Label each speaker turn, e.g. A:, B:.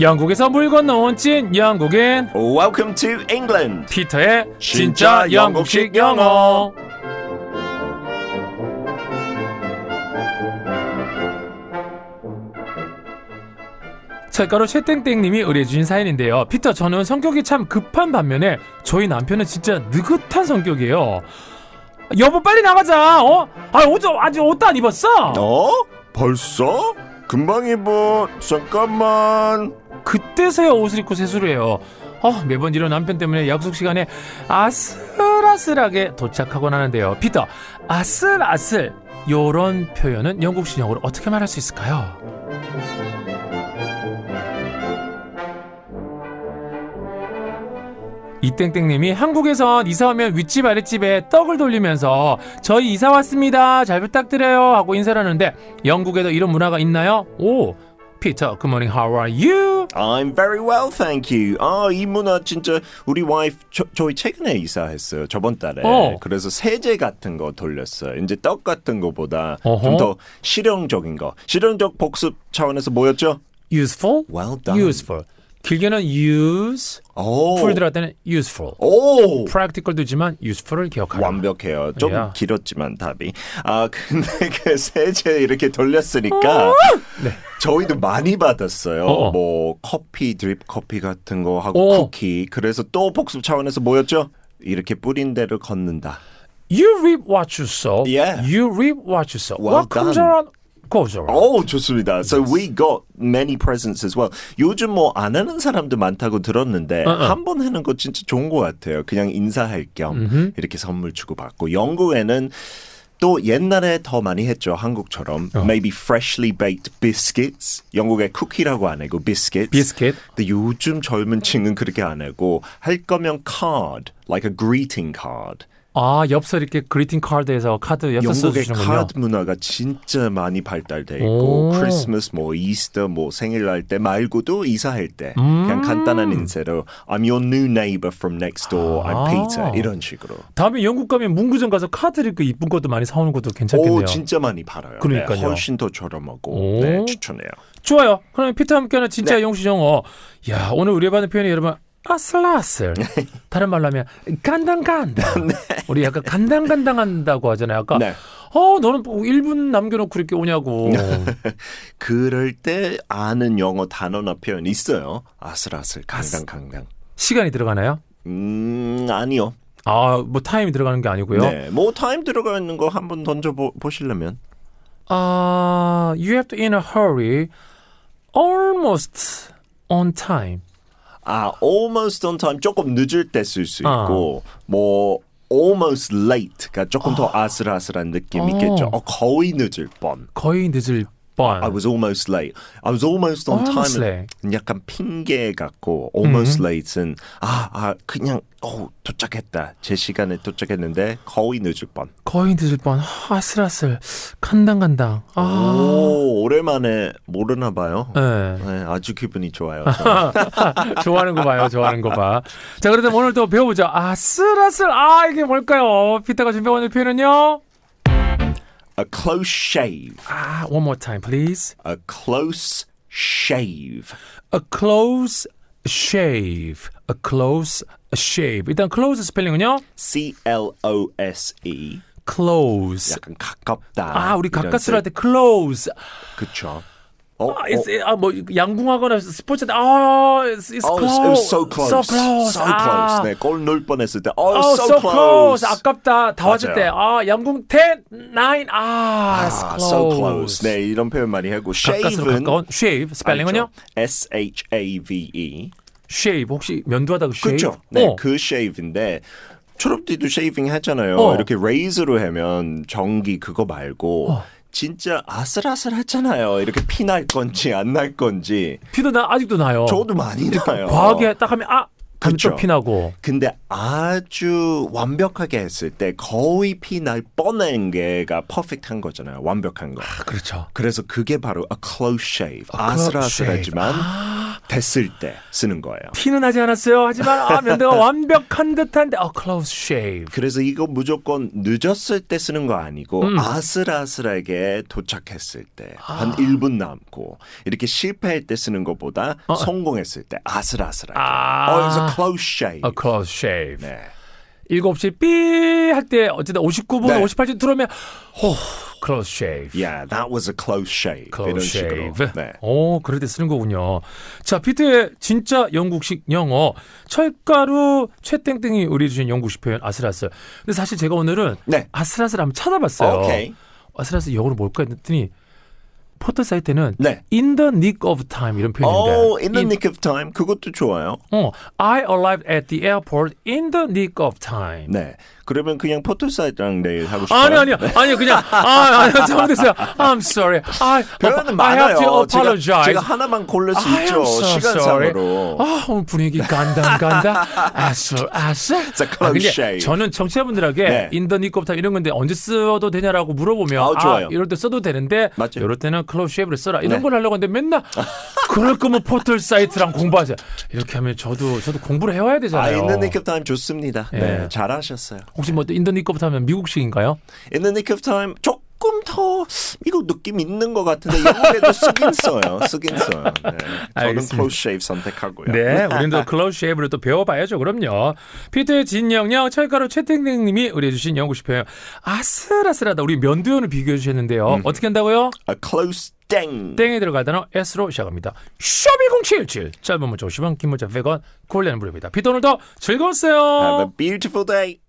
A: 영국에서 물 건너온 찐 영국인
B: Welcome to England.
A: 피터의
B: 진짜
A: 진짜 영국식
B: 영국식 영어.
A: 영어 철가루 최땡땡님이 의뢰해주신 사연인데요 피터 저는 성격이 참 급한 반면에 저희 남편은 진짜 느긋한 성격이에요 여보 빨리 나가자 어? 아 어제 아직 옷도 안 입었어?
B: 어? 벌써? 금방 입어. 잠깐만.
A: 그때서야 옷을 입고 세수를 해요. 어, 매번 이런 남편 때문에 약속 시간에 아슬아슬하게 도착하곤 하는데요. 피터, 아슬아슬 요런 표현은 영국 신형으로 어떻게 말할 수 있을까요? 이땡땡님이 한국에선 이사오면 윗집 아랫집에 떡을 돌리면서 저희 이사 왔습니다 잘 부탁드려요 하고 인사를 하는데 영국에도 이런 문화가 있나요? 오 피터 good morning how are you?
B: I'm very well, thank you. 아, 이 문화 진짜 우리 와이프 저, 저희 최근에 이사했어요. 저번 달에.
A: 어.
B: 그래서 세제 같은 거 돌렸어요. 이제 떡 같은 거보다
A: 어허.
B: 좀 더 실용적인 거. 실용적 복습 차원에서 뭐였죠?
A: useful,
B: Well done. Oh.
A: useful. 길게는 use,
B: 오.
A: 풀들할 때는 useful.
B: 어. 오.
A: practical도 있지만 useful을 기억하라.
B: Oh. 완벽해요. 좀
A: 야.
B: 길었지만 답이. 아 근데 그 세제 이렇게 돌렸으니까 저희도 많이 받았어요.
A: 어! 네. 어어.
B: 뭐 커피 드립 커피 같은 거 하고
A: 어.
B: 쿠키. 그래서 또 복습 차원에서 뭐였죠? 이렇게 뿌린 대로 걷는다.
A: You reap what you sow.
B: Yeah.
A: You reap what you sow.
B: Well
A: what comes
B: done. Oh.
A: around goes around.
B: 오 좋습니다. So we got many presents as well. 요즘 뭐 안 하는 사람도 많다고 들었는데 한 번 하는 거 진짜 좋은 것 같아요. 그냥 인사할 겸 이렇게 선물 주고 받고 영국에는 또 옛날에 더 많이 했죠 한국처럼 maybe freshly baked biscuits 영국에 쿠키라고 안 하고 biscuits
A: Biscuit.
B: 근데 요즘 젊은 층은 그렇게 안 하고 할 거면 card like a greeting card
A: 아, 엽서 이렇게 그리팅 카드에서 카드 엽서
B: 영국의
A: 써주시는군요.
B: 카드 문화가 진짜 많이 발달돼 있고
A: 오.
B: 크리스마스 뭐 이스터 뭐 생일날 때 말고도 이사할 때
A: 음.
B: 그냥 간단한 인사로 I'm your new neighbor from next door I'm
A: 아.
B: Peter 이런 식으로
A: 다음에 영국 가면 문구점 가서 카드를 그 이쁜 것도 많이 사오는 것도 괜찮겠네요.
B: 오 진짜 많이 팔아요
A: 그러니까요.
B: 네, 훨씬 더 저렴하고
A: 오.
B: 네, 추천해요
A: 좋아요. 그러면 피터와 함께하는 진짜
B: 네.
A: 영국식 영어. 야, 오늘 우리받은 표현이 여러분 아슬아슬. 다른 말로 하면 간당간당. 우리 약간 간당간당한다고 하잖아요. 아까
B: 네.
A: 어, 너는 뭐 1분 남겨놓고 이렇게 오냐고.
B: 그럴 때 아는 영어 단어나 표현 있어요 아슬아슬 강강강강
A: 시간이 들어가나요?
B: 음 아니요
A: 아, 뭐 타임이 들어가는 게 아니고요.
B: 네, 뭐 타임 들어가 있는 거 한번 던져 보시려면
A: 아, you have to in a hurry, almost on time.
B: 아, almost on time 조금 늦을 때 쓸 수
A: 아.
B: 있고 뭐 almost late가 조금 더 아슬아슬한 느낌
A: 어.
B: 있겠죠. 어, 거의 늦을 뻔.
A: 거의 늦을 뻔.
B: I was almost late. I was almost on
A: Almost
B: time. 은 약간 핑계 같고 almost late은 아, 아 그냥 어, 도착했다. 제 시간에 도착했는데 거의 늦을 뻔.
A: 거의 늦을 뻔. 아, 아슬아슬. 간당간당. 아.
B: 오, 오랜만에 모르나 봐요.
A: 네.
B: 네, 아주 기분이 좋아요.
A: 좋아하는 거 봐요, 좋아하는 거 봐. 자, 그래서 오늘 또 배워보죠. 아슬아슬, 아, 이게 뭘까요? 피터가 준비한 오늘 표현은요?
B: A close shave.
A: 아, one more time, please.
B: A close shave.
A: A close shave. A close shave. 일단 close 스펠링은요?
B: C L O S E.
A: close.
B: 약간 가깝다.
A: 아, 우리
B: 이런
A: 가까스로 할
B: 뜻.
A: 때 close.
B: 그쵸. 어,
A: 아,
B: 어,
A: it's, 아, 뭐 양궁하거나 스포츠 때 아, it's, it's
B: Oh,
A: close.
B: it was so close.
A: So close.
B: So
A: 아.
B: close. 네, 골 넣을 뻔했을 때. Oh,
A: Oh,
B: so,
A: so
B: close.
A: close. 아깝다. 다 왔을 때. 아, 양궁 10, 9. 아, it's
B: 아,
A: close.
B: so close. 네, 이런 표현 많이 하고.
A: 가까스로
B: shave은
A: 가까운 shave. 스펠링은요?
B: S H A V E.
A: shave. 혹시 면도하다고 shave?
B: 그렇죠. 네,
A: 어.
B: 그 shave인데 초록띠도 쉐이빙 하잖아요.
A: 어.
B: 이렇게 레이저로 하면 전기 그거 말고
A: 어.
B: 진짜 아슬아슬하잖아요. 이렇게 피 날 건지 안 날 건지
A: 피도 나 아직도 나요.
B: 저도 많이 나요.
A: 과하게 딱 하면 아, 하면 또
B: 그쵸.
A: 피나고.
B: 근데 아주 완벽하게 했을 때 거의 피 날 뻔한 게가 퍼펙트한 거잖아요. 완벽한 거.
A: 아, 그렇죠.
B: 그래서 그게 바로 a close shave.
A: close
B: 아슬아슬하지만 했을 때 쓰는 거예요.
A: 티는 나지 않았어요. 하지만 아, 면대가 완벽한 듯한데 아, 클라우스 쉐이브.
B: 그래서 이거 무조건 늦었을 때 쓰는 거 아니고
A: 음.
B: 아슬아슬하게 도착했을 때 한 1분 남고 이렇게 실패할 때 쓰는 것보다 성공했을 때 어. 아슬아슬하게.
A: 아.
B: 어, 그래서 close shave.
A: 아, 클라우스 쉐이브.
B: 네.
A: 7시 삐할 때 어쨌든 59분
B: 네.
A: 58초 들어오면 호 클라우스 쉐이브.
B: Yeah, that was a close shave. 이런
A: 클라우스
B: 식으로.
A: 쉐이브.
B: 네.
A: 오, 그럴 때 쓰는 거군요. 자, 피트의 진짜 영국식 영어 철가루 최땡땡이 의뢰주신 영국식 표현 아슬아슬. 근데 사실 제가 오늘은
B: 네.
A: 아슬아슬 한번 찾아봤어요.
B: 오케이.
A: 아슬아슬 영어로 뭘까 했더니 포털 사이트는
B: 네.
A: in the nick of time 이런 표현인데.
B: Oh, in the nick of time. 그것도 좋아요.
A: 어, I arrived at the airport in the nick of time.
B: 네. 그러면 그냥 포털 사이트랑 내일 하고 싶어요.
A: 아니 아니요 아니요 그냥 아 아니요 잘못했어요 I'm sorry I
B: 표현은
A: I
B: 많아요.
A: have to
B: 제가- 제가,
A: apologize
B: 하나만 고를 수
A: 아, I
B: 있죠.
A: am so
B: 시간상으로.
A: sorry. 아 오늘 분위기 간당 간다 아슬 아슬
B: 자,
A: 아,
B: close
A: 근데
B: shave.
A: 저는 청취자분들에게
B: 네.
A: 인더 니컵타 이런 건데 언제 써도 되냐라고 물어보면
B: 아우, 좋아요.
A: 이럴 때 써도 되는데
B: 맞아요.
A: 이럴 때는 클럽 쉐이브를 써라 이런
B: 네.
A: 걸 하려고 하는데 맨날 그럴 거면 포털 사이트랑 공부하자 이렇게 하면 저도 저도 공부를 해와야
B: 아,
A: 되잖아요
B: in the nick of time 좋습니다. 네,
A: 예.
B: 잘하셨어요.
A: 혹시 뭐 인더 니컵타 하면 미국식인가요?
B: In the nick of time 조금 더 미국 느낌 있는 것 같은데 영국에도 쓰긴 써요. 쓰긴 써요. 네. 저는
A: 알겠습니다.
B: close shave 선택하고요.
A: 네, 우리는 또 클로우 쉐이브를 또 배워봐야죠. 그럼요. 피터의 진영영, 철가루 채팅님이 의뢰해주신 연구식 표현. 아슬아슬하다. 우리 면도연을 비교해주셨는데요.
B: 음.
A: 어떻게 한다고요?
B: A close 땡.
A: 땡에 들어갈 단어 S로 시작합니다. 샵1077. 짧은 문자 50원, 긴 문자 100원, 콜레는 무료입니다. 피터 오늘도 즐거웠어요.
B: 아, 네, Have a beautiful day.